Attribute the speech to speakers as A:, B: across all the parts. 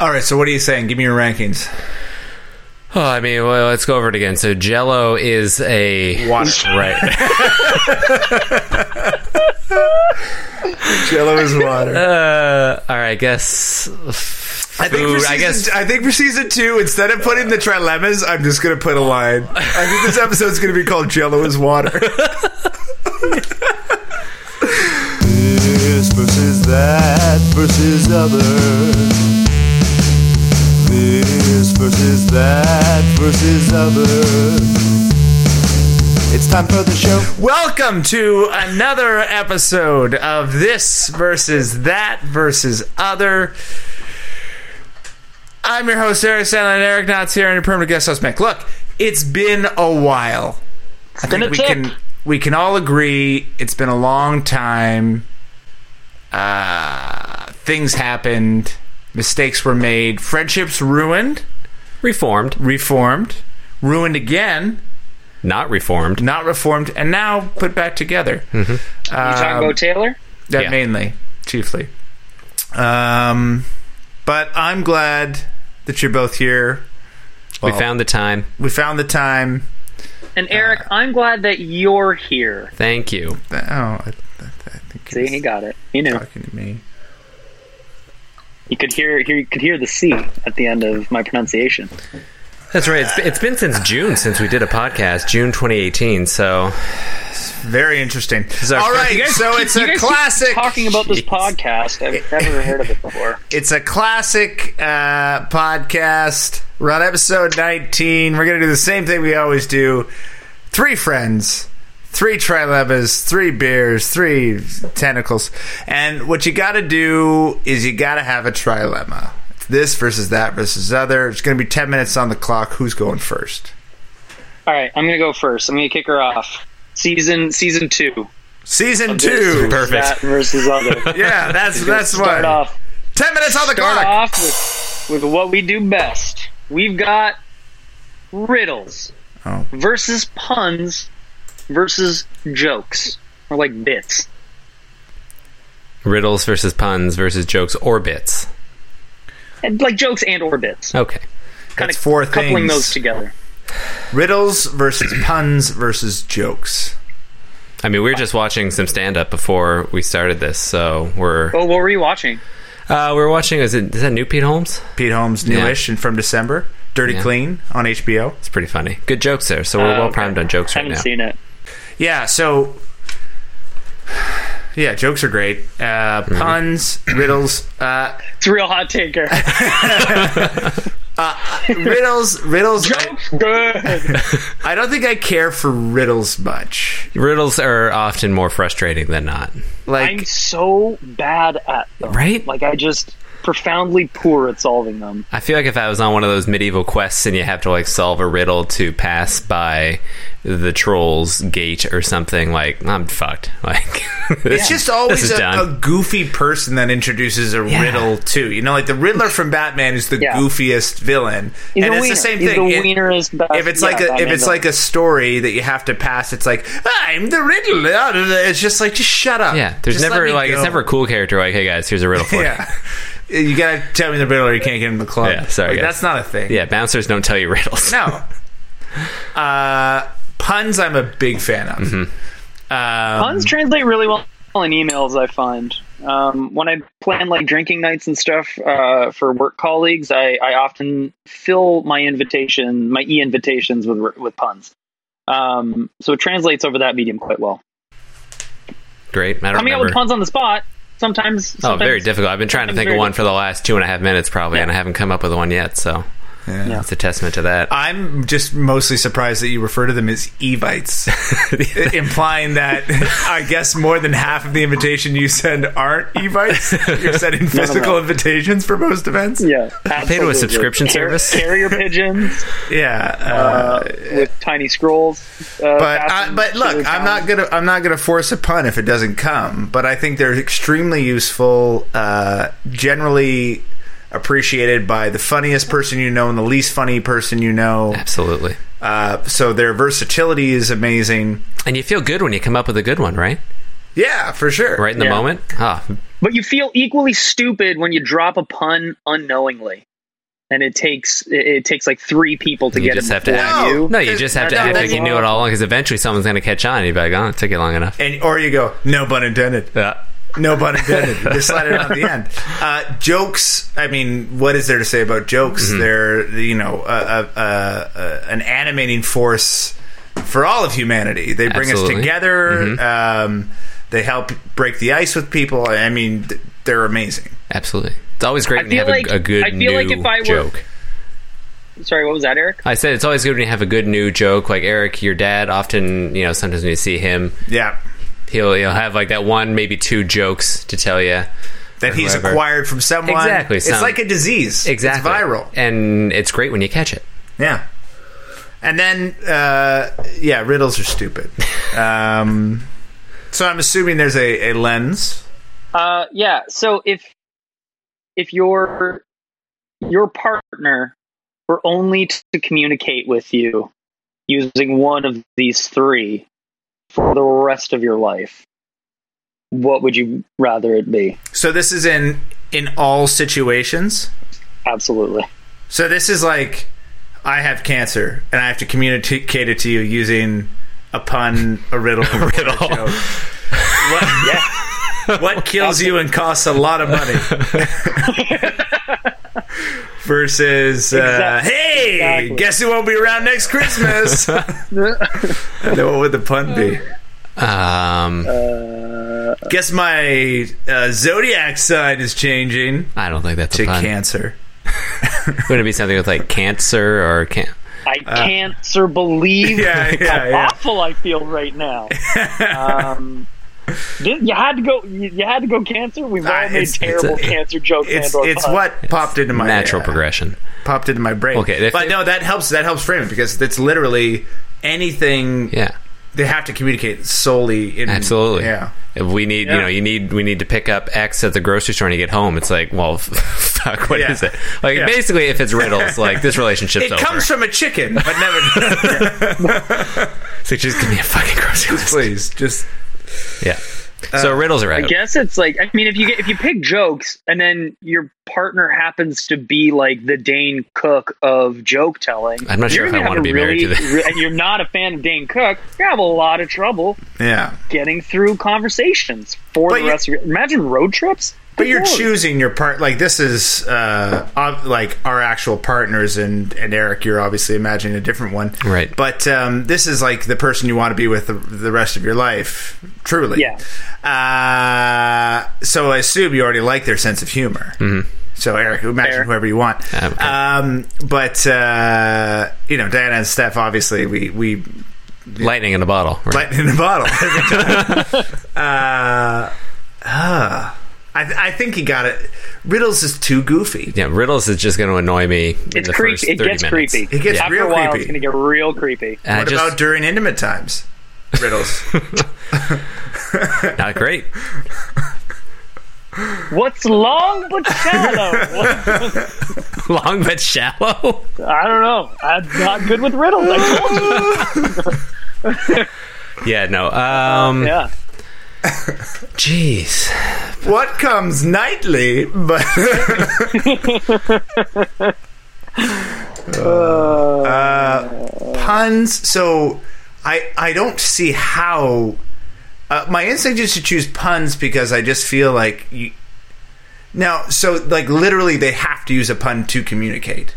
A: All right, so what are you saying? Give me your rankings.
B: Oh, I mean, well, let's go over it again. So Jello is a
A: Water.
B: right.
A: Jello is water.
B: Uh, all right, I guess.
A: I think, for
B: food,
A: season,
B: I guess.
A: I think for season two, instead of putting the trilemmas, I'm just going to put a line. I think this episode's going to be called Jello is water.
C: This versus that versus other. This versus that versus other. It's time for the show.
B: Welcome to another episode of this versus that versus other. I'm your host Eric Sandler and Eric Knotts here, and your permanent guest host Mick. Look, it's been a while. I
D: been a
B: we
D: tick.
B: can we can all agree it's been a long time. Uh, things happened, mistakes were made, friendships ruined,
E: Reformed,
B: reformed, ruined again,
E: not reformed.
B: not reformed, and now put back together.
A: Um,
D: You talking about Taylor?
B: Yeah,
E: Mm-hmm. Yeah.
B: mainly, chiefly.
A: Um, but I'm glad that you're both here.
E: We found the time.
A: We found the time.
D: And Eric,
A: uh,
D: I'm glad that you're here.
E: Thank you.
A: Oh, I, I think
D: See, he
A: he's
D: got it. He knew.
A: talking to me.
D: You could hear, hear you could hear the C at the end of my pronunciation.
E: That's right. It's, it's been since June since we did a podcast, June 2018. So
A: Very interesting.
E: our
A: All
E: first-
A: right, so it's
D: You
A: a
D: guys keep
A: classic.
D: Talking about this podcast, I've never heard of it before.
A: It's a classic uh, podcast. We're on episode 19. We're going to do the same thing we always do. Three friends, three trilemmas, three beers, three tentacles. And what you got to do is you got to have a trilemma. It's This versus that versus other. It's going to be 10 minutes on the clock. Who's going first?
D: All right, I'm gonna go first. I'm gonna kick her off. Season season two.
A: Season
D: This
A: two.
D: versus That versus other.
A: Yeah, that's that's
D: Start
A: one.
D: off.
A: 10 minutes on the
D: Start
A: clock.
D: off with, with what we do best. We've got riddles
A: Oh.
D: versus puns versus jokes or like bits.
E: riddles versus puns versus jokes or bits.
D: And, like jokes and orbits.
E: Okay.
D: Kind of
A: four
D: coupling
A: things.
D: those together.
A: Riddles versus puns versus jokes.
E: I mean, we were just watching some stand up before we started this, so we're
D: Well, Oh, what were you watching?
E: uh, we're watching. Is it is that new Pete Holmes?
A: Pete Holmes, newish and from December. Dirty
E: Yeah.
A: Clean on HBO.
E: It's pretty funny. Good jokes there. So we're
D: Oh,
E: well
D: okay.
E: primed on jokes right
D: Haven't
E: now.
D: seen it.
A: Yeah, so yeah, jokes are great. Uh, puns, riddles, uh,
D: It's a real hot taker.
A: riddles, riddles. I,
D: jokes good.
A: I don't think I care for riddles much.
E: Riddles are often more frustrating than not.
A: Like
D: I'm so bad at them.
E: Right?
D: Like I just profoundly poor at solving them.
E: I feel like if I was on one of those medieval quests and you have to like solve a riddle to pass by the troll's gate or something, like I'm fucked. Like
A: it's just always
E: is
A: a,
E: done.
A: a goofy person that introduces a riddle too. You know, like the Riddler from Batman is the
D: Yeah.
A: goofiest villain,
D: He's
A: and
D: a
A: it's
D: wiener.
A: the same
D: He's
A: thing.
D: The
A: It-
D: wienerest best,
A: if it's like
D: yeah,
A: a if
D: Batman
A: it's like a story that you have to pass, it's like I'm the Riddler. It's just like just shut up.
E: yeah, there's
A: Just let
E: never
A: me
E: like it's
A: go.
E: never a cool character like, hey guys, here's a riddle for
A: Yeah. You gotta tell me the riddle or you can't get in the club.
E: Yeah, sorry,
A: Like,
E: guys.
A: that's not a thing.
E: you. Yeah, bouncers don't tell you riddles.
A: No. Uh, puns, I'm a big fan of.
E: Mm-hmm.
A: Um,
D: villain. puns translate really well in emails. I find um, when I plan like drinking nights and stuff uh, for work colleagues, I, I often fill my invitation, my e invitations with with puns. Um, so it translates over that medium quite well.
E: Great. I don't
D: Coming up
E: remember.
D: with puns on the spot sometimes.
E: Oh,
D: sometimes-
E: very difficult. I've been trying to
D: sometimes
E: think of
D: very
E: one for the last two and a half minutes probably, and I haven't come up with one yet, so
A: Yeah. Uh,
E: it's a testament to that.
A: I'm just mostly surprised that you refer to them as Evites, i- implying that I guess more than half of the invitation you send aren't Evites. You're sending physical invitations for most events.
D: Yeah,
E: to a
D: absolutely.
E: subscription
D: Car-
E: service?
D: Carrier pigeons
A: Yeah, uh,
D: uh, with tiny scrolls. Uh,
A: but I,
D: fastened
A: but
D: to
A: look,
D: their
A: I'm
D: talons.
A: not gonna I'm not gonna force a pun if it doesn't come. But I think they're extremely useful, uh, generally appreciated by the funniest person you know and the least funny person you know.
E: Absolutely.
A: Uh, so their versatility is amazing.
E: And you feel good when you come up with a good one, right?
A: Yeah, for sure.
E: Right in the
D: Yeah.
E: moment. Ah,
D: But you feel equally stupid when you drop a pun unknowingly. And it takes it, it takes like three people to
E: You
D: get
E: just
D: it
E: have to
D: before
E: act-
D: you.
E: No, you just have to
A: No,
E: act
A: that's-
E: like you knew it all along because eventually someone's going to catch on. And you'd be like, oh, it took you long enough.
A: And or you go, no pun intended.
E: Yeah.
A: No pun intended. You just slide it out at the end. Uh, jokes. I mean, what is there to say about jokes?
E: Mm-hmm.
A: They're you know a, a, a, a, an animating force for all of humanity. They bring
E: Absolutely. Mm-hmm.
A: us together. Um, they help break the ice with people. I mean, th- they're amazing.
E: Absolutely. It's always great
D: I
E: when you
D: feel
E: have a-
D: like-
E: a, good
D: I feel
E: new
D: like if I were-
E: joke.
D: Sorry, what was that, Eric?
E: I said it's always good when you have a good new joke. Like Eric, your dad, often, you know, sometimes when you see him,
A: Yeah,
E: he'll, he'll have like that one, maybe two jokes to tell you.
A: that he's
E: Whoever.
A: acquired from someone.
E: Exactly,
A: It's
E: some-
A: like a disease.
E: Exactly.
A: It's viral.
E: And it's great when you catch it.
A: Yeah. And then, uh, yeah, riddles are stupid. Um, so I'm assuming there's a, a lens.
D: Uh, yeah. So if if your your partner were only to communicate with you using one of these three for the rest of your life, what would you rather it be?
A: So this is in in all situations.
D: Absolutely.
A: So this is like I have cancer and I have to communicate it to you using a pun, a riddle, a riddle. joke. What, what kills you and costs a lot of money versus uh,
D: Exact-
A: hey,
D: exactly.
A: guess who won't be around next Christmas? then what would the pun be?
E: Um,
A: Guess my uh, zodiac sign is changing
E: I don't think that's
A: to
E: a pun.
A: cancer.
E: Would it be something with like cancer or can
D: I can't sir believe
A: Uh, Yeah, yeah,
D: how
A: yeah.
D: awful I feel right now. um, did, you had to go. You, you had to go cancer. We've all
A: Ah,
D: made
A: it's- it's
D: terrible
A: a-
D: cancer jokes.
A: It's
D: and or
A: it's
D: puns.
A: what popped into my
E: natural
A: uh,
E: progression?
A: popped into my brain.
E: Okay, if
A: but
E: you-
A: no, that helps. That helps frame it because it's literally anything.
E: Yeah,
A: they have to communicate solely. In,
E: absolutely.
A: Yeah.
E: If we need, you know, you need, we need to pick up X at the grocery store and you get home. It's like, well, fuck, what is
A: Yeah.
E: it? Like,
A: Yeah.
E: basically, if it's riddles, like this relationship's
A: It
E: over.
A: comes from a chicken, but never.
E: it's like, just give me a fucking grocery list.
A: please, just
E: Yeah.
A: Uh,
E: So riddles are
D: I
E: out.
D: guess it's like I mean if you get, if you pick jokes and then your partner happens to be like the Dane Cook of joke telling.
E: I'm not sure
D: you're
E: if
D: gonna
E: I
D: have
E: wanna
D: a
E: be married to that.
D: re- and you're not a fan of Dane Cook. You have a lot of trouble
A: yeah.
D: getting through conversations for
A: But
D: the
A: you-
D: rest of your. Imagine road trips.
A: But you're
D: Lord.
A: choosing your part. Like this is uh, ob- like our actual partners, and and Eric, you're obviously imagining a different one,
E: Right.
A: But um, this is like the person you want to be with the, the rest of your life, truly.
D: Yeah.
A: Uh, so I assume you already like their sense of humor. So Eric, imagine
D: Fair.
A: whoever you want.
E: Um, Mm-hmm. okay.
A: Um, but uh, you know, Diana and Steph, obviously, we we
E: Lightning in a bottle. Right?
A: lightning in a bottle. Every time. uh, uh, I, I think he got it. Riddles is too goofy.
E: yeah, riddles is just going to annoy me. in
D: It's
E: the
D: creepy.
E: First
D: It
E: 30
D: gets
E: minutes.
D: creepy.
A: It gets
E: Yeah.
D: After
A: real
D: a while,
A: creepy.
D: it's going to get real creepy.
E: And I
A: what
E: just-
A: about during intimate times? Riddles.
E: not great.
D: What's long but shallow? What-
E: Long but shallow.
D: I don't know. I'm not good with riddles. I told you.
E: yeah. No. Um.
D: Yeah.
E: Jeez.
A: what comes nightly? But Uh, puns. So I I don't see how. Uh, my instinct is to choose puns because I just feel like you. Now, so like literally, they have to use a pun to communicate.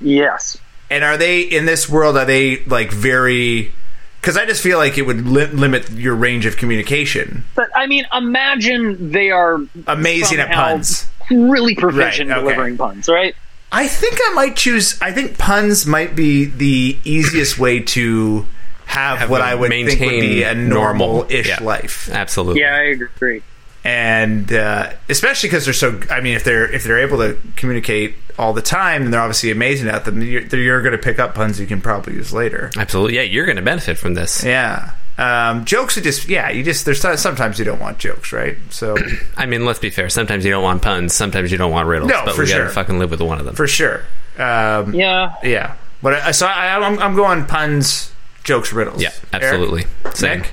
D: Yes.
A: And are they in this world? Are they like very? Because I just feel like it would li- limit your range of communication.
D: But I mean, imagine they are
A: Amazing at
D: somehow
A: puns.
D: really proficient
A: Right, okay.
D: delivering puns, right?
A: I think I might choose. I think puns might be the easiest way to have, what
E: them
A: I would think would
E: maintain
A: be a
E: normal.
A: normal-ish
E: Yeah.
A: life,
E: Absolutely.
D: Yeah, I agree.
A: and uh, especially because they're so. I mean, if they're if they're able to communicate all the time, and they're obviously amazing at them, you're, you're going to pick up puns you can probably use later.
E: Absolutely. Yeah. You're going to benefit from this.
A: Yeah. Um, jokes are just yeah. You just there's so- sometimes you don't want jokes, right? So
E: I mean, let's be fair. Sometimes you don't want puns. Sometimes you don't want riddles.
A: No,
E: but
A: for
E: we
A: sure.
E: gotta fucking live with one of them.
A: for sure, um,
D: Yeah.
A: yeah. But I, so I, I'm, I'm going puns, jokes, riddles.
E: yeah,
A: Eric?
E: absolutely. Same.
A: Nick?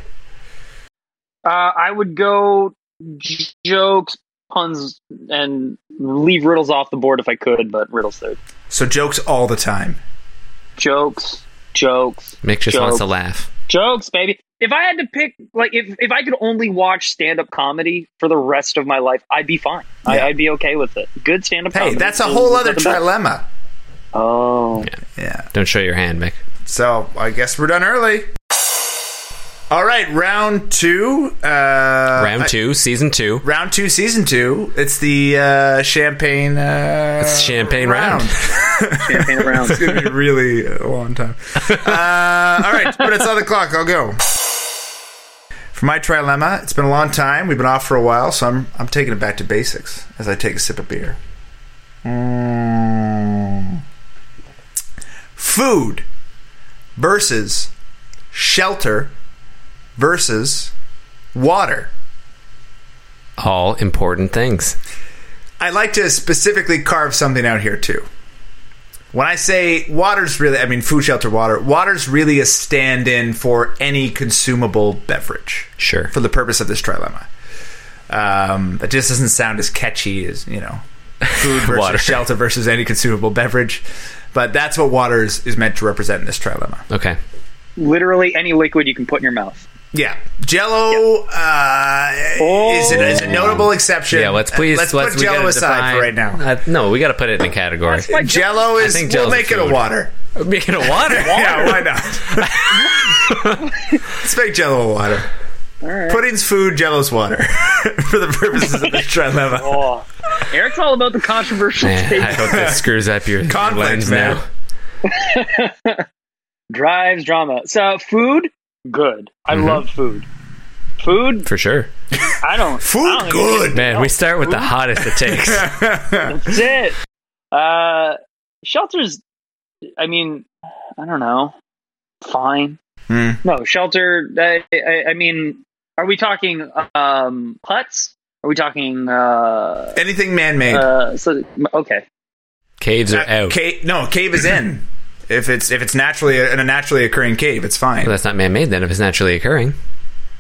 D: Uh, I would go j- jokes, puns and leave riddles off the board if I could, but riddles third.
A: So jokes all the time.
D: Jokes, jokes,
E: Mick just
D: jokes,
E: wants to laugh.
D: jokes, baby. If I had to pick, like, if, if I could only watch stand up comedy for the rest of my life, I'd be fine. I,
A: Yeah.
D: I'd be okay with it. Good stand up
E: Um,
A: Hey,
D: comedy.
A: that's a
D: is
A: whole other
D: the best.
A: trilemma.
D: Oh.
A: Yeah.
E: Don't show your hand, Mick.
A: So I guess we're done early. All right, round two. Uh,
E: Round two, season two.
A: round two, season two. It's the uh, champagne. Uh,
E: It's champagne round.
D: Champagne round.
A: it's gonna be really a long time. Uh, all right, but it's on the clock. I'll go. For my trilemma, it's been a long time. We've been off for a while, so I'm I'm taking it back to basics as I take a sip of beer. Mm. Food versus shelter versus water.
E: All important things.
A: I'd like to specifically carve something out here too. When I say water's really, I mean food, shelter, water. Water's really a stand-in for any consumable beverage
E: Sure.
A: for the purpose of this trilemma. Um, that just doesn't sound as catchy as you know, food versus
E: Water.
A: shelter versus any consumable beverage. But that's what water is, is meant to represent in this trilemma.
E: Okay.
D: Literally any liquid you can put in your mouth.
A: Yeah, Jello Uh, is, an, is a notable exception.
E: Oh. Yeah, let's please
A: uh, let's,
E: let's
A: put
E: we
A: Jello
E: gotta
A: aside
E: define-
A: for right now.
E: Uh, no, we got to put it in a category.
D: why-
A: Jello is.
E: think
A: we'll
E: Jell-O's a
A: make it a
E: food.
A: water.
E: Make it a water.
A: Yeah, why not? Let's make Jello water.
D: All right.
A: Pudding's food, Jello's water, for the purposes of this trilemma.
D: Oh. Eric's all about the controversial
E: Man, I
D: take.
E: hope this screws up your
A: Conflict,
E: lens
A: man.
E: now.
D: Drives drama. So food, good. I
A: Mm-hmm.
D: love food. Food,
E: For sure.
D: I don't. I
A: Food
D: don't
A: good.
E: Man, we start with the hottest it takes.
D: That's it. Uh, shelters. I mean, I don't know. Fine.
A: Hmm.
D: No shelter. I, I, I mean, are we talking um huts? Are we talking uh
A: Anything man-made.
D: uh? So okay.
E: Caves are
A: Uh,
E: out.
A: cave, no, cave is in. if it's if it's naturally in a naturally occurring cave, it's fine.
E: Well, that's not man made then if it's naturally occurring.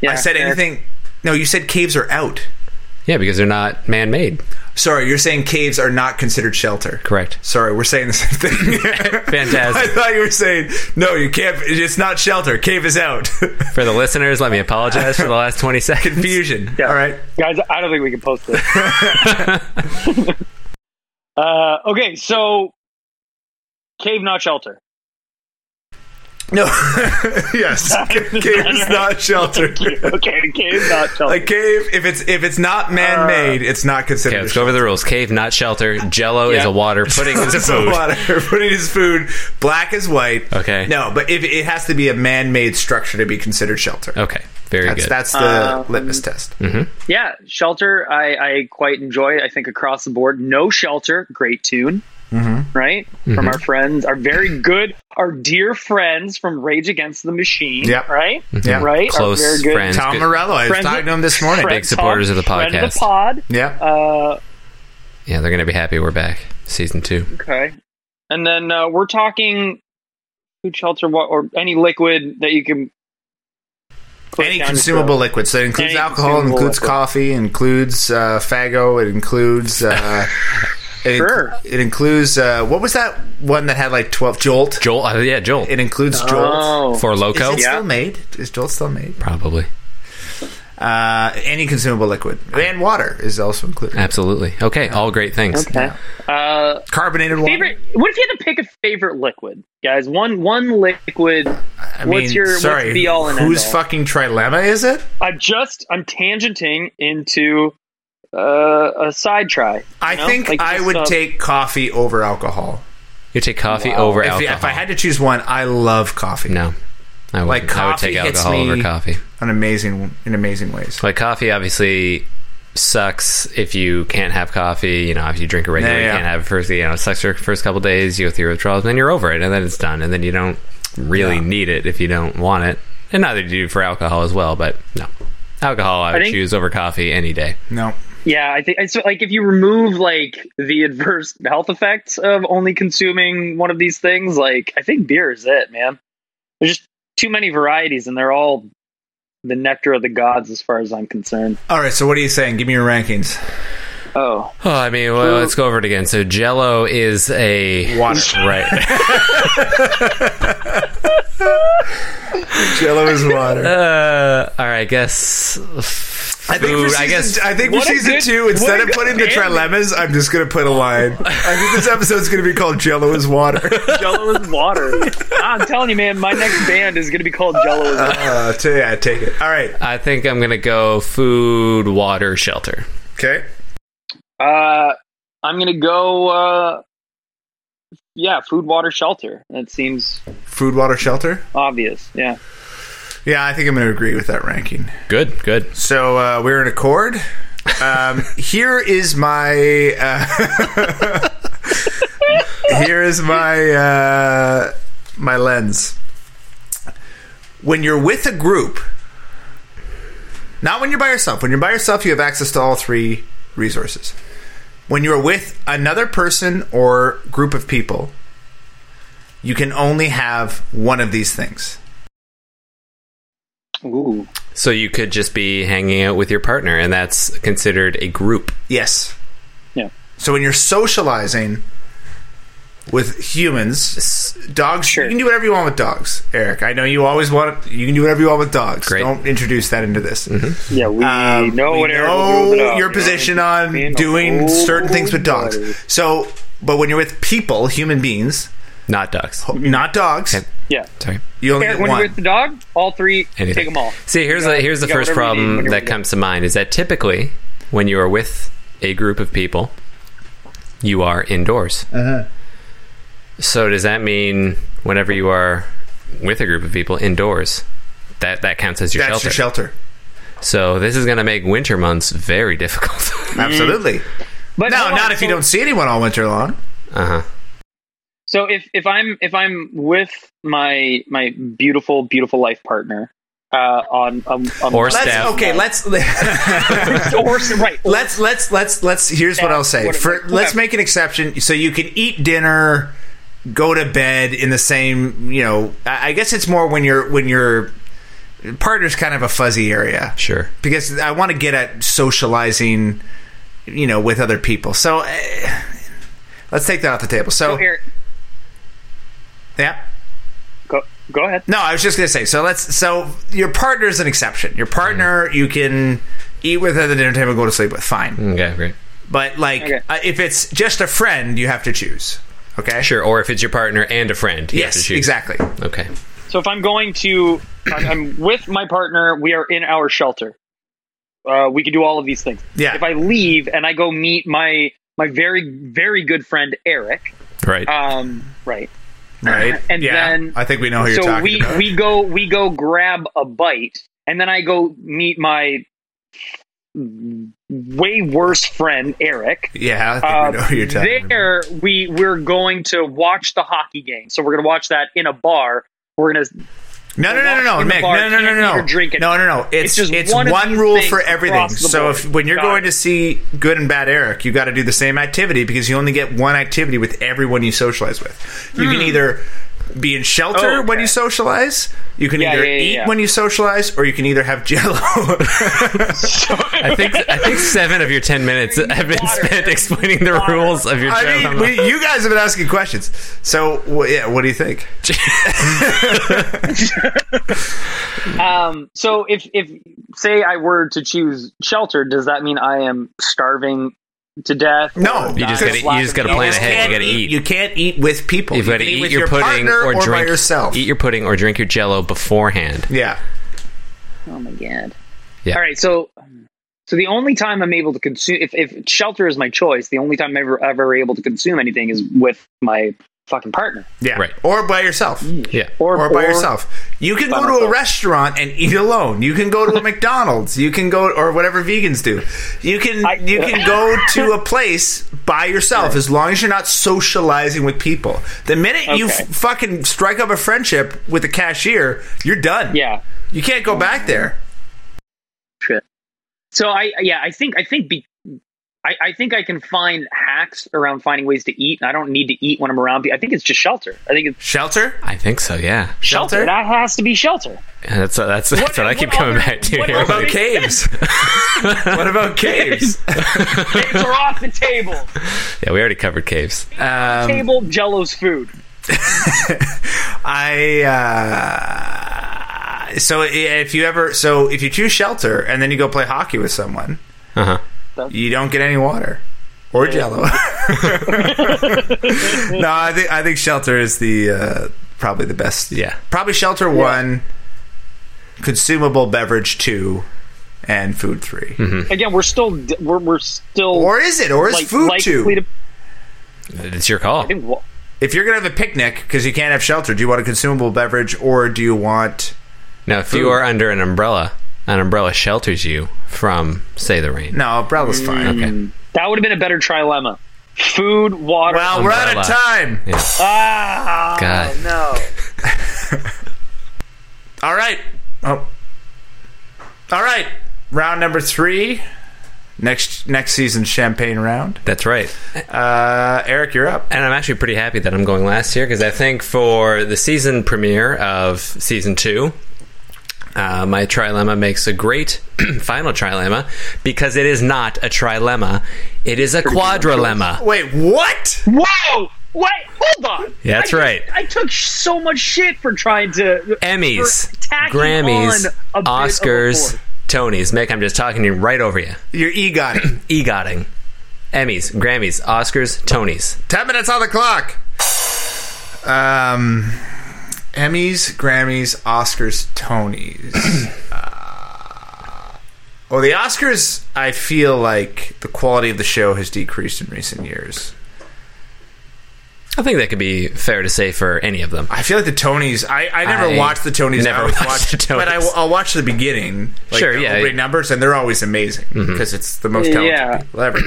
D: Yeah,
A: I said
D: Eric,
A: anything. No, you said caves are out.
E: Yeah, because they're not man made.
A: Sorry, you're saying caves are not considered shelter.
E: Correct.
A: Sorry, we're saying the same thing. I
E: Fantastic.
A: thought you were saying no. You can't. It's not shelter. Cave is out.
E: For the listeners, let me apologize for the last 20 seconds.
A: Confusion. All right.
D: guys. I don't think we can post this. uh, okay, so cave, not shelter.
A: No. yes. Cave is not shelter.
D: okay, cave, not shelter.
A: A cave, if it's if it's not man made,
D: Uh,
A: it's not considered.
E: Okay, let's go over the rules. Cave, not shelter. Jello is
D: Yeah.
E: a water. Pudding is a
A: It's a
E: food.
A: water. Putting his food black is white.
E: Okay.
A: No, but if it has to be a man made structure to be considered shelter.
E: Okay, very
A: That's
E: good. Mm-hmm,
A: that's the
D: Um,
A: litmus test.
D: yeah, shelter. I, I quite enjoy. I think across the board, no shelter. Great tune,
E: Mm-hmm.
D: right? From our friends, our very good, our dear friends from Rage Against the Machine.
A: Yep.
D: Right.
E: Mm-hmm.
A: Yep.
D: Right.
E: Close
D: our very good
E: friends.
A: Tom
E: good.
A: Morello, I was
D: Friends
A: talking
D: of-
A: to him this morning.
D: friend
E: Big supporters
D: talk,
E: of the
D: friend
E: podcast.
D: the pod.
A: Yeah.
D: Uh,
E: yeah, they're gonna be happy we're back. Season two.
D: okay. And then uh, we're talking food, shelter, wa- or any liquid that you can. put
A: Any
D: down your
A: consumable
D: throat.
A: liquid. So it includes
D: Any
A: alcohol,
D: consumable
A: includes
D: liquid.
A: coffee, includes uh, faggo, it includes. Uh, It,
D: Sure.
A: it includes uh, what was that one that had like twelve jolt?
E: Joel, uh, yeah, Joel
A: It includes jolt.
D: Oh.
E: for
A: Is
E: Loco,
A: it
D: Yeah.
A: still made? Is jolt still made?
E: probably,
A: Uh, any consumable liquid and water is also included.
E: absolutely. Okay, all great things.
D: Okay. Uh,
A: Carbonated water.
D: favorite. What if you had to pick a favorite liquid, guys? One one liquid.
A: I
D: what's your- what's
A: sorry,
D: the all and
A: whose
D: end all?
A: fucking trilemma is it?
D: I'm just I'm tangenting into uh, a side try.
A: I
D: you know?
A: think
D: Like,
A: I
D: just,
A: would
D: uh,
A: take coffee over alcohol.
E: You take coffee over
A: If,
E: alcohol.
A: if I had to choose one, I love coffee.
E: no, I would,
A: Like
E: I would
A: coffee
E: take
A: hits
E: alcohol
A: me-
E: over coffee.
A: an amazing in amazing ways.
E: Like coffee, obviously sucks if you can't have coffee. You know, if you drink it regularly,
A: Yeah, yeah.
E: you can't have it first. You know, it sucks your first couple days. You go through your withdrawals, and then you're over it, and then it's done, and then you don't really
A: Yeah.
E: need it if you don't want it, and neither do you for alcohol as well. But no, alcohol I would
D: think-
E: choose over coffee any day.
A: No,
D: Yeah, I think it's like if you remove like the adverse health effects of only consuming one of these things, like I think beer is it, man. There's just too many varieties, and they're all the nectar of the gods, as far as I'm concerned.
A: all right. So what are you saying? Give me your rankings.
D: Oh,
E: Oh, I mean, well, let's go over it again. So Jello is a
A: Water.
E: right.
A: Jello is water.
E: Uh, all right, I guess. Food,
A: I think for season,
E: I guess
A: I think for
D: What a
A: season
D: good-
A: two,
D: what
A: instead
D: a
A: of
D: good
A: putting the
D: ending.
A: trilemmas, I'm just going to put a line. I think this episode's going to be called Jello is Water.
D: Jello is water. Ah, I'm telling you, man, my next band is gonna be called Jello is water.
A: Uh, t- yeah, take it. All right.
E: I think I'm gonna go food, water, shelter.
A: Okay.
D: Uh, I'm gonna go. Uh, yeah, food, water, shelter. That seems
A: Food, water, shelter.
D: obvious. Yeah.
A: Yeah, I think I'm going to agree with that ranking.
E: Good, good.
A: So uh, we're in accord. Um, here is my. Uh, here is my uh, my lens. When you're with a group, not when you're by yourself. When you're by yourself, you have access to all three resources. When you are with another person or group of people, you can only have one of these things.
D: Ooh.
E: So you could just be hanging out with your partner, and that's considered a group.
A: Yes.
D: Yeah.
A: So when you're socializing with humans, dogs,
D: Sure.
A: you can do whatever you want with dogs, Eric. I know you always want you can do whatever you want with dogs.
E: Great. Mm-hmm.
A: Don't introduce that into this.
D: Yeah, we
A: Um,
D: know
A: we
D: what Eric
A: know
D: will do
A: your
D: without, you know?
A: position on
D: Being a
A: doing
D: whole
A: certain things with dogs.
D: buddy.
A: So, but when you're with people, human beings,
E: Not ducks.
A: not dogs,
E: Okay.
D: Yeah.
E: Sorry.
A: you only
D: Mm-hmm. Eric,
A: get
D: when you're
A: one.
D: with the dog, all three,
E: Anything.
D: take them all.
E: See, here's
D: You got-
E: the here's the
D: you got
E: first
D: whatever you need
E: problem
D: when you're
E: that
D: with them.
E: comes to mind is that typically when you are with a group of people, you are indoors.
A: Uh-huh.
E: So does that mean whenever you are with a group of people indoors, that that counts as your,
A: That's
E: shelter.
A: your shelter.
E: So this is going to make winter months very difficult.
A: Absolutely.
D: Mm. But
A: No,
D: hold on,
A: not if you
D: so-
A: don't see anyone all winter long.
E: uh huh.
D: So if if I'm if I'm with my my beautiful beautiful life partner uh, on um, um,
E: Or
A: Let's
E: Staff.
A: okay. Let's
D: or right or-
A: let's let's let's let's here's what
D: Yeah,
A: I'll say.
D: what-
A: For,
D: what-
A: let's make an exception so you can eat dinner, go to bed in the same. You know, I, I guess it's more when you're when your partner's kind of a fuzzy area
E: Sure.
A: because I want to get at socializing, you know, with other people. So uh, let's take that off the table.
D: so
A: So
D: Eric,
A: yeah.
D: go go ahead.
A: No, I was just gonna say. So let's. So your partner's an exception. Your partner, you can eat with at the dinner table, go to sleep with. Fine.
E: Okay. Great.
A: But like,
D: Okay.
A: uh, if it's just a friend, you have to choose. Okay.
E: Sure. Or if it's your partner and a friend. you have to
A: Yes.
E: choose.
A: Exactly.
E: Okay.
D: So if I'm going to I'm, I'm with my partner, we are in our shelter. Uh, we can do all of these things.
A: Yeah.
D: If I leave and I go meet my my very very good friend Eric,
E: Right.
D: um, right?
A: Right.
D: And
A: yeah.
D: then-
A: I think we know who you're
D: so
A: talking
D: we
A: about.
D: we go we go grab a bite and then i go meet my way worse friend eric
A: yeah. I think
D: Uh,
A: we know who you're talking about.
D: there we we're going to watch the hockey game so we're going to watch that in a bar we're going to
A: No, no, no, no, no,
D: in the
A: Mick.
D: bar,
A: No, no, no,
D: can't
A: no, no.
D: eat or drink it.
A: No, no, no. It's
D: It's just
A: it's
D: one
A: one,
D: of these
A: rule
D: things
A: for everything.
D: across the
A: So
D: board.
A: if when you're
D: Got
A: going
D: it.
A: to see good and bad Eric, you got to do the same activity because you only get one activity with everyone you socialize with. You can either be in shelter
D: Oh, Hmm. okay.
A: when you socialize. You can
D: Yeah,
A: either
D: yeah, yeah,
A: eat
D: yeah.
A: when you socialize, or you can either have Jello.
E: I think I think seven of your ten minutes have been
D: Water.
E: spent explaining the
D: Water.
E: rules of your
A: I
E: show.
A: mean, we, you guys have been asking questions. So, wh- yeah, what do you think?
D: um so if if say i were to choose shelter does that mean i am starving to death
A: No.
D: Or
A: You
E: just
D: die
E: gotta-
D: of lack
E: you just
D: of
E: gotta
D: meals?
E: plan ahead. You gotta eat.
A: You can't eat with people.
E: You've got to
A: can
E: eat
A: with
E: your, pudding
A: partner
E: or, drink
A: by yourself.
E: Eat your pudding or drink your Jello beforehand.
A: yeah.
D: Oh my god.
E: Yeah.
D: All right, so so the only time I'm able to consume if, if shelter is my choice, the only time I'm ever ever able to consume anything is with my fucking partner.
A: Yeah.
E: Right.
A: Or by yourself.
E: Yeah.
D: Or,
A: Mm. Or by yourself. You can
D: by
A: go to a
D: myself.
A: restaurant and eat alone. You can go to a McDonald's. You can go or whatever vegans do. You can
D: I-
A: you can go to a place by yourself as long as you're not socializing with people. The minute you
D: Okay.
A: f- fucking strike up a friendship with the cashier, you're done.
D: Yeah.
A: You can't go back there.
D: Shit. So I yeah, I think I think be I, I think I can find hacks around finding ways to eat. and I don't need to eat when I'm around. pe- I think it's just shelter. I think it's
A: Shelter?
E: I think so. Yeah.
D: shelter.
A: Shelter?
D: That has to be shelter.
E: That's that's, that's what, I keep coming
D: other-
E: back to
D: what
E: here.
D: other-
B: about caves? what about caves?
D: Eggs are off the table.
E: Yeah, we already covered caves.
B: Um,
D: table Jello's food.
A: I uh, so i- if you ever so if you choose shelter and then you go play hockey with someone,
E: Uh huh.
A: you don't get any water or Jello. no, I think I think shelter is the uh, probably the best.
E: Yeah.
A: probably shelter one, consumable beverage two, and food 3
B: Mm-hmm.
D: Again, we're still we're, we're still
A: Or is it? Or is
D: like,
A: food two?
D: likely to.
E: It's your call.
D: I think wa-
A: if you're gonna have a picnic because you can't have shelter, do you want a consumable beverage or do you want?
E: Now, if
A: Food.
E: you are under an umbrella, an umbrella shelters you from, say, the rain.
A: No, umbrella's fine.
E: Okay.
D: that would have been a better trilemma. Food, water.
A: Well, we're out of
E: Umbrella.
A: time.
D: ah,
E: God.
D: no.
A: All right. Oh. All right. Round number three. Next next season's champagne round.
E: That's right.
A: Uh, Eric, you're up.
E: And I'm actually pretty happy that I'm going last year because I think for the season premiere of season two, uh, my trilemma makes a great final trilemma because it is not a trilemma, it is a quadrilemma.
A: Wait, what?
D: Whoa! Wait, hold on.
E: Yeah, that's
D: I took-
E: right.
D: I took so much shit for trying to
E: Emmys,
D: for tacking
E: Grammys,
D: on a bit of a
E: Oscars,
D: fourth.
E: Tonys. Mick, I'm just talking you right over you.
A: You're egoting.
E: EGOTing. Emmys, Grammys, Oscars, Tonys.
A: Ten minutes on the clock. Um, Emmys, Grammys, Oscars, Tonys. Uh, well, the Oscars, I feel like the quality of the show has decreased in recent years.
E: I think that could be fair to say for any of them.
A: I feel like the Tonys. I, I never
E: I
A: watched the Tonys.
E: never
A: I always
E: watched
A: watch-
E: the Tonys.
A: but I, will watch the beginning. Like
E: Sure,
A: the
E: yeah. Mm-hmm.
A: opening numbers, and they're always amazing because it's the most talented
D: Yeah.
A: people ever.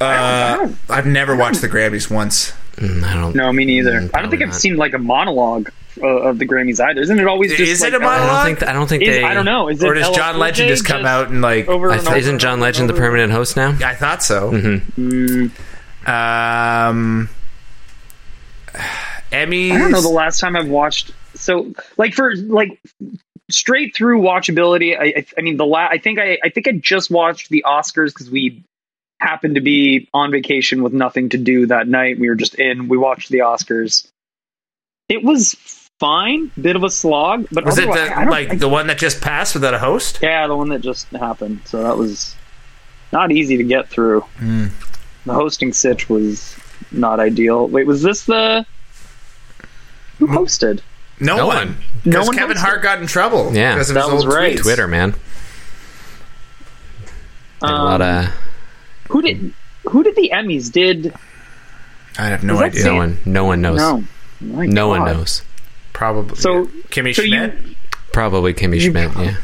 A: Uh, I've never watched the Grammys once.
E: Mm, I don't.
D: No, me neither. I don't
E: probably
D: think I've
E: not.
D: seen like a monologue uh, of the Grammys either. Isn't it always just
A: Is
D: like,
A: it a
E: I
A: monologue?
E: don't think. I don't think
D: Is-
E: they.
D: I don't know. Is it
A: Or does
D: LL
A: John Legend
D: Cool J
A: just come out and like?
D: over
E: I
D: and
E: th-
D: over
E: isn't John
D: and
E: Legend the
D: over?
E: permanent host now?
A: I thought so.
E: Mm-hmm.
A: Um, Emmys.
D: I don't know the last time I've watched. So like for like straight through watchability, I I, I mean the la- I think I I think I just watched the Oscars because we happened to be on vacation with nothing to do that night. We were just in. We watched the Oscars. It was fine, bit of a slog, but
A: was it
D: otherwise, I
A: the
D: don't-
A: like
D: I-
A: the one that just passed without a host?
D: Yeah, the one that just happened. So that was not easy to get through.
E: Hmm.
D: The hosting sitch was not ideal. Wait, was this the who hosted?
A: No,
E: No
A: one.
E: one.
A: Because
D: one
A: Kevin
D: hosted.
A: Hart got in trouble.
E: Yeah.
A: because of
D: That
A: his
D: was
A: old
D: right.
A: tweets.
E: Twitter, man. And a lot
D: Um,
E: of
D: Who did who did the Emmys? Did
A: I have no
D: Is that
A: idea.
E: no one. No one knows.
D: no, My
E: No one
D: God.
E: knows.
A: Probably.
D: So-
A: Kimmy
D: so you-
A: Schmidt.
E: Probably Kimmy Schmidt. Yeah.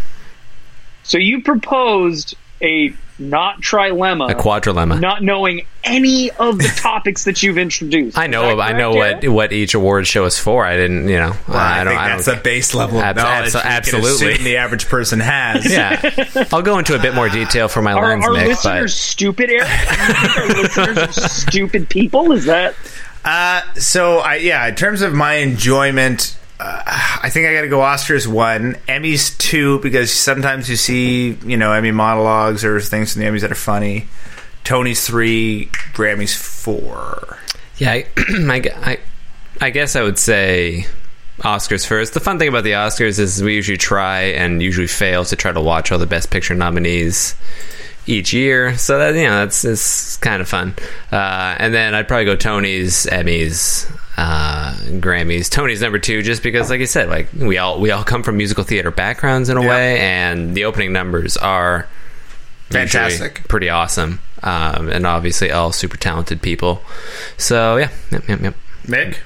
D: So you proposed a not trilemma,
E: A quadrilemma.
D: not knowing any of the topics that you've introduced.
E: I know.
D: Is that
E: I know
D: correct,
E: what
D: Jared?
E: what each award show is for. I didn't. You know.
A: Well, I,
E: I don't.
A: think
E: I
A: that's
E: don't.
A: a base level of
E: Abs-
A: knowledge
E: abso-
A: you can
E: absolutely.
A: assume the average person has.
E: yeah. I'll go into a bit more detail for my
D: Are
E: lens
D: our
E: mix,
D: listeners stupid, Eric? Are listeners are stupid people? Is that
A: Uh, so I yeah, in terms of my enjoyment, uh, I think I got to go Oscars one, Emmys two because sometimes you see you know Emmy monologues or things from the Emmys that are funny. Tony's three, Grammys four.
E: Yeah, I, I, gu- I, I guess I would say Oscars first. The fun thing about the Oscars is we usually try and usually fail to try to watch all the Best Picture nominees each year. So that you know that's it's kind of fun. Uh, and then I'd probably go Tonys, Emmys, uh, Grammys. Tony's number two, just because, like you said, like we all we all come from musical theater backgrounds in a way, and the opening numbers are usually
A: Fantastic.
E: pretty awesome. Um, and obviously, all super talented people. So yeah, yep, yep, yep.
A: Meg,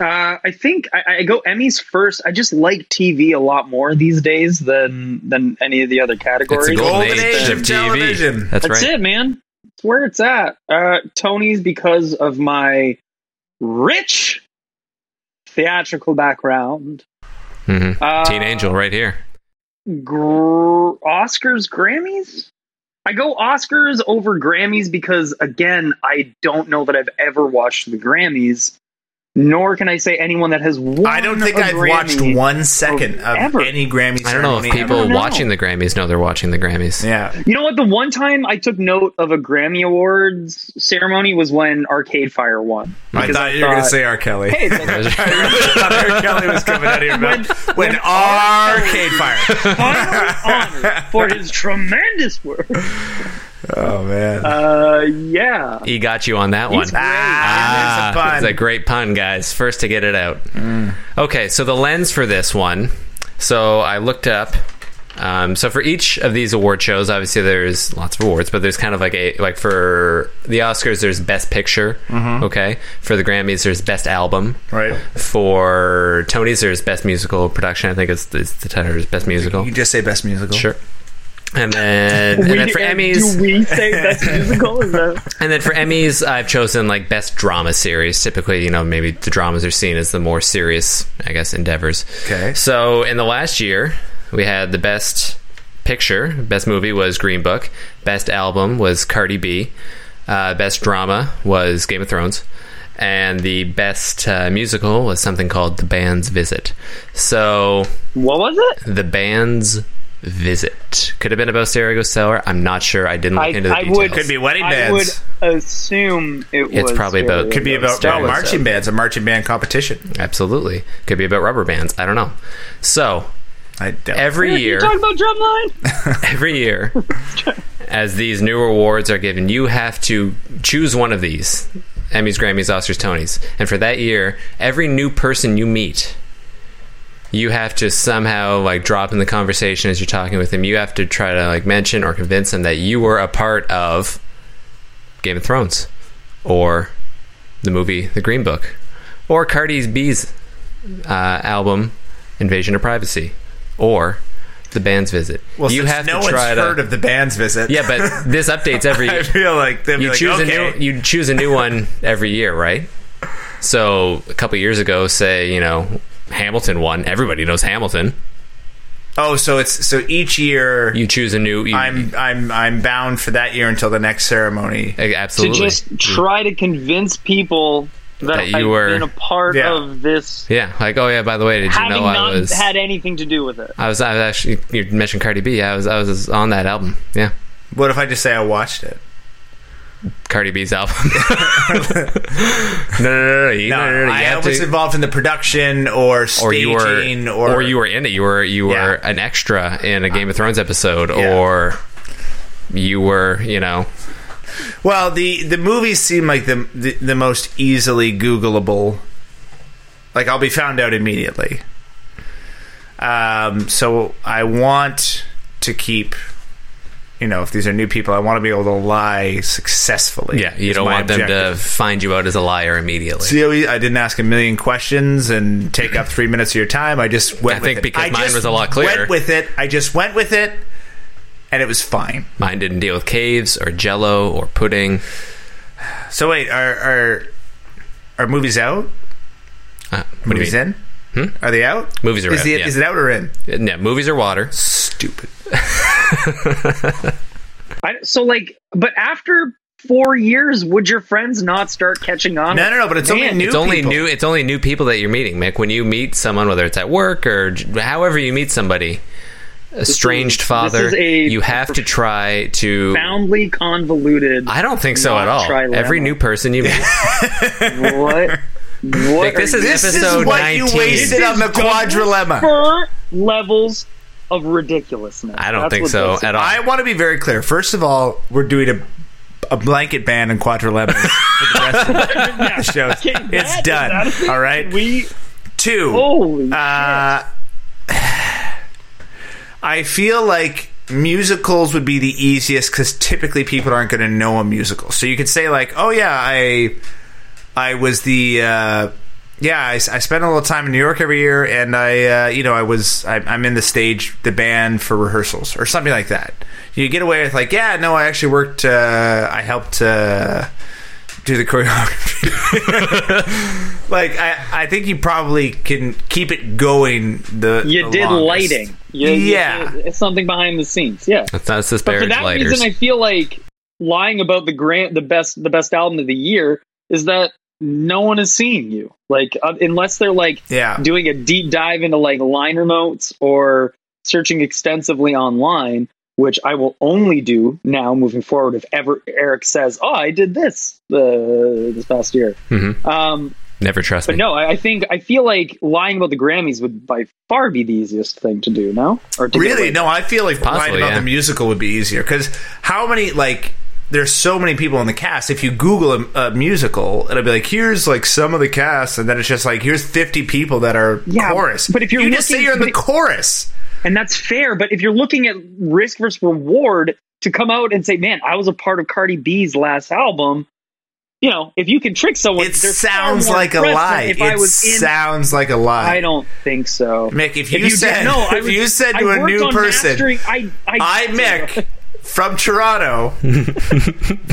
D: Uh, I think I, I go Emmys first. I just like TV a lot more these days than than any of the other
E: It's
D: categories.
E: the golden,
A: Golden
E: age,
A: age
E: of,
A: of
E: TV.
A: television.
E: That's,
D: That's
E: right.
D: it, man. It's where it's at. Uh, Tony's because of my rich theatrical background.
E: hmm
D: Uh,
E: Teen Angel, right here.
D: Gr- Oscars, Grammys. I go Oscars over Grammys because again, I don't know that I've ever watched the Grammys. nor can I say anyone that has won.
A: I don't think
D: a
A: I've
D: Grammy.
A: watched one second of
D: ever.
A: any Grammys.
E: I don't know if people
D: know.
E: watching the Grammys know they're watching the Grammys.
A: Yeah.
D: You know what? The one time I took note of a Grammy Awards ceremony was when Arcade Fire won.
A: I
D: Because
A: thought you were going to say R. Kelly.
D: Hey, that's
A: I thought R. Kelly was coming out of your mouth. When Arcade Fire.
D: finally honored for his tremendous work.
A: Oh, man.
D: Uh, yeah.
E: He got you on that one.
D: He's great.
E: Ah,
A: There's a pun.
E: It's a great pun, guys. First to get it out. Okay, so the lens for this one. So I looked up. Um, so for each of these award shows, obviously there's lots of awards, but there's kind of like a like for the Oscars, there's Best Picture. Okay, for the Grammys, there's Best Album.
A: right.
E: For Tony's, there's Best Musical Production. I think it's, it's the title is Best Musical.
A: You just say best musical.
E: Sure. And then, and
D: We-
E: then for
D: and
E: Emmys,
D: do we say best musical? Is that
E: and then for Emmys, I've chosen like best drama series. Typically, you know, maybe the dramas are seen as the more serious, I guess, endeavors.
A: Okay.
E: So in the last year, we had the best picture, best movie was Green Book, best album was Cardi B, uh, best drama was Game of Thrones, and the best uh, musical was something called The Band's Visit. So
D: what was it?
E: the band's visit could have been about Sarah Goes-Seller. I'm not sure. I didn't look
D: I,
E: into the
D: I
E: details.
D: would
A: Could be wedding
D: I would
A: bands.
D: assume it was.
E: It's probably
D: Sarah
E: about-
A: Could be about
E: Star
A: well,
E: Wars
A: marching
E: stuff.
A: bands, a marching band competition.
E: Absolutely, could be about rubber bands. I don't know. So
A: I doubt.
E: every
D: You
E: year,
D: talk about drumline.
E: every year, as these new awards are given, you have to choose one of these: Emmys, Grammys, Oscars, Tonys. And for that year, every new person you meet. You have to somehow like drop in the conversation as you're talking with them. You have to try to like mention or convince them that you were a part of Game of Thrones or the movie The Green Book or Cardi B's uh, album Invasion of Privacy or the band's visit.
A: well,
E: you
A: since
E: have
A: no
E: to try
A: one's
E: to
A: heard of the band's visit.
E: Yeah, but this updates every
A: I feel like they'd be
E: you
A: like,
E: choose
A: okay.
E: a new you choose a new one every year, right? So a couple years ago, say, you know, Hamilton won. Everybody knows Hamilton.
A: oh, so it's so each year
E: You choose a new you,
A: I'm I'm I'm bound for that year until the next ceremony.
E: Eh,
D: to
E: absolutely
D: just try to convince people that,
E: That you
D: I've
E: were-
D: been a part
A: Yeah.
D: of this,
E: Yeah, like oh yeah, by the way, did you
D: having
E: know
D: not
E: I was
D: had anything to do with it.
E: I was I was actually you mentioned Cardi B. Yeah, I was I was on that album. Yeah.
A: What if I just say I watched it?
E: Cardi B's album. no, no, no, no, you,
A: No,
E: no, no, no, you
A: I
E: have
A: was
E: to-
A: involved in the production or
E: or you
A: staging,
E: were, or, you were in it. You were, you were
A: Yeah.
E: an extra in a Game of Thrones episode,
A: Yeah.
E: or you were, you know,
A: Well, the the movies seem like the the, the most easily Googleable. Like I'll be found out immediately. Um, so I want to keep, you know, if these are new people, I want to be able to lie successfully.
E: yeah, you
A: is
E: don't
A: my
E: want them to
A: objective.
E: find you out as a liar immediately.
A: See, I didn't ask a million questions and take up three minutes of your time. I just went.
E: I
A: with
E: think
A: it.
E: because
A: I
E: mine
A: just
E: was a lot clearer.
A: Went with it. I just went with it, and it was fine.
E: Mine didn't deal with caves or Jello or pudding.
A: So wait, are are are movies out?
E: Uh, what do you
A: Movies
E: mean?
A: in? Are they out?
E: Hmm? Movies are
A: is
E: out,
A: It,
E: yeah.
A: is it out or in?
E: Yeah, movies or water.
A: Stupid.
D: I, so, like, but after four years, would your friends not start catching on?
A: No, no, no. But it's only
D: Man,
A: new.
E: It's only
A: people.
E: new. It's only new people that you're meeting, Mick. When you meet someone, whether it's at work or j- however you meet somebody, estranged
D: is-
E: father,
D: this is a-
E: you have to try to.
D: Profoundly convoluted.
E: I don't think so
D: Not
E: at all.
D: trilemma.
E: Every new person you meet,
D: what? What?
E: this
D: are
E: is
D: you-
A: This is
E: Episode
A: what
E: 19.
A: you wasted on the
D: This is double
A: quadrilemma.
D: fur levels of ridiculousness.
E: I don't
D: That's
E: think
D: what
E: so
D: this is.
E: at all.
A: I want to be very clear. First of all, we're doing a a blanket ban on quadrilemma for the rest of the show.
D: Can- that-
A: It's
D: is that a
A: done.
D: thing?
A: All right.
D: We Oh,
A: Two.
D: holy
A: Uh, I feel like musicals would be the easiest because typically people aren't going to know a musical. So you could say like, "Oh yeah, I, I was the, uh, yeah, I, s- I spent a little time in New York every year, and I, uh, you know, I was, I, I'm in the stage, the band for rehearsals or something like that." You get away with like, "Yeah, no, I actually worked, uh, I helped." Uh, do the choreography. like I, I think you probably can keep it going. The
D: You
A: the
D: did
A: longest.
D: lighting. You, you
A: yeah,
D: did- it's something behind the scenes. Yeah.
E: That's not
D: But for
E: disparage
D: that
E: lighters.
D: reason, I feel like lying about the grant, the best, the best album of the year is that no one is seeing you. Like uh, unless they're like
A: Yeah.
D: doing a deep dive into like line remotes or searching extensively online, which I will only do now moving forward if ever Eric says, "Oh, I did this uh, this past year."
E: Mhm.
D: Um,
E: Never trust
D: but
E: me.
D: no, I, I think I feel like lying about the Grammys would by far be the easiest thing to do. No, or to get
A: Really?
D: away-
A: No, I feel like
E: Possibly,
A: lying about
E: yeah.
A: the musical would be easier because how many like there's so many people in the cast. If you Google a, a musical, it'll be like here's like some of the cast, and then it's just like here's 50 people that are
D: Yeah,
A: chorus.
D: but if you're
A: you just say
D: looking-
A: you're in the
D: but-
A: chorus,
D: and that's fair. But if you're looking at risk versus reward, to come out and say, "Man, I was a part of Cardi B's last album," you know, if you can trick someone,
A: it
D: they're far
A: sounds
D: more
A: like a
D: impressed than
A: lie.
D: If
A: it
D: I was in,
A: sounds like a lie.
D: I don't think so.
A: Mick, if
D: If
A: you,
D: did-
A: said
D: no, I
A: if
D: was-
A: you said
D: I
A: to a
D: worked
A: new
D: on
A: person,
D: mastering- I, I,
A: I Mick from Toronto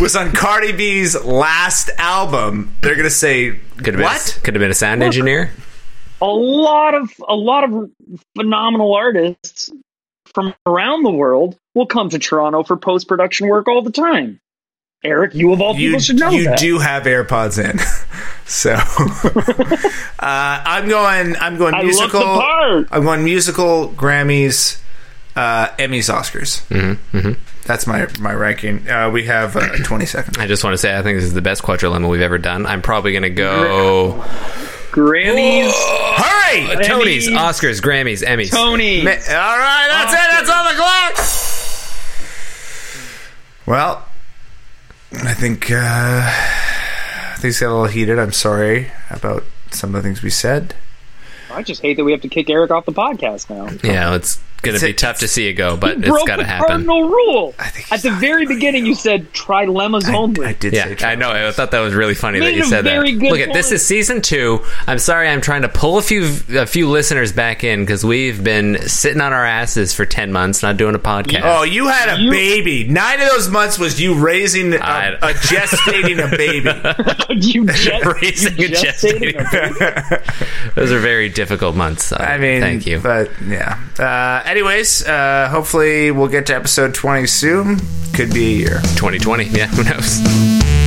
A: was on Cardi B's last album, they're gonna say
E: Could have been,
A: what?
E: A, could have been a sound engineer.
D: a lot of a lot of phenomenal artists from around the world will come to Toronto for post production work all the time. Eric, you of all people
A: you,
D: should know
A: you
D: that.
A: do have AirPods in, so uh, I'm going. I'm going
D: I love the
A: musical.
D: part.
A: I'm going musical Grammys, uh, Emmys, Oscars.
E: Mm-hmm, mm-hmm.
A: That's my my ranking. Uh, we have uh, 20 seconds.
E: I just want to say I think this is the best quadrilemma we've ever done. I'm probably going to go
D: Grammys,
A: Hurry!
E: Tony's,
D: Emmys.
E: Oscars, Grammys, Emmys.
D: Tony.
A: Ma- All right, that's
D: Uh-huh.
A: it. That's on the clock. Well, I think uh, things got a little heated. I'm sorry about some of the things we said.
D: I just hate that we have to kick Eric off the podcast now.
E: Yeah, it's going
A: It's
E: to
A: a-
E: be tough to see it go, but it's
D: Broke
E: got to
D: the
E: happen.
D: cardinal rule.
A: think he's
D: At the very beginning, you said trilemmas
A: I,
D: only.
A: I did
E: Yeah,
A: say
E: I know. I thought that was really funny
D: Made
E: that you
D: a
E: said that.
D: very good
E: Look, at this
D: point.
E: is season two. I'm sorry, I'm trying to pull a few a few listeners back in because we've been sitting on our asses for ten months, not doing a podcast.
A: Oh, you had a
D: You-
A: baby. Nine of those months was you raising a,
E: I-
A: a gestating a baby.
D: you just,
E: Raising
D: you
E: a
D: just
E: chest.
D: said it.
E: Those are very difficult months. So
A: I mean,
E: thank you.
A: But yeah. Uh, anyways, uh, hopefully we'll get to episode twenty soon. Could be a year.
E: 2020. Yeah, who knows?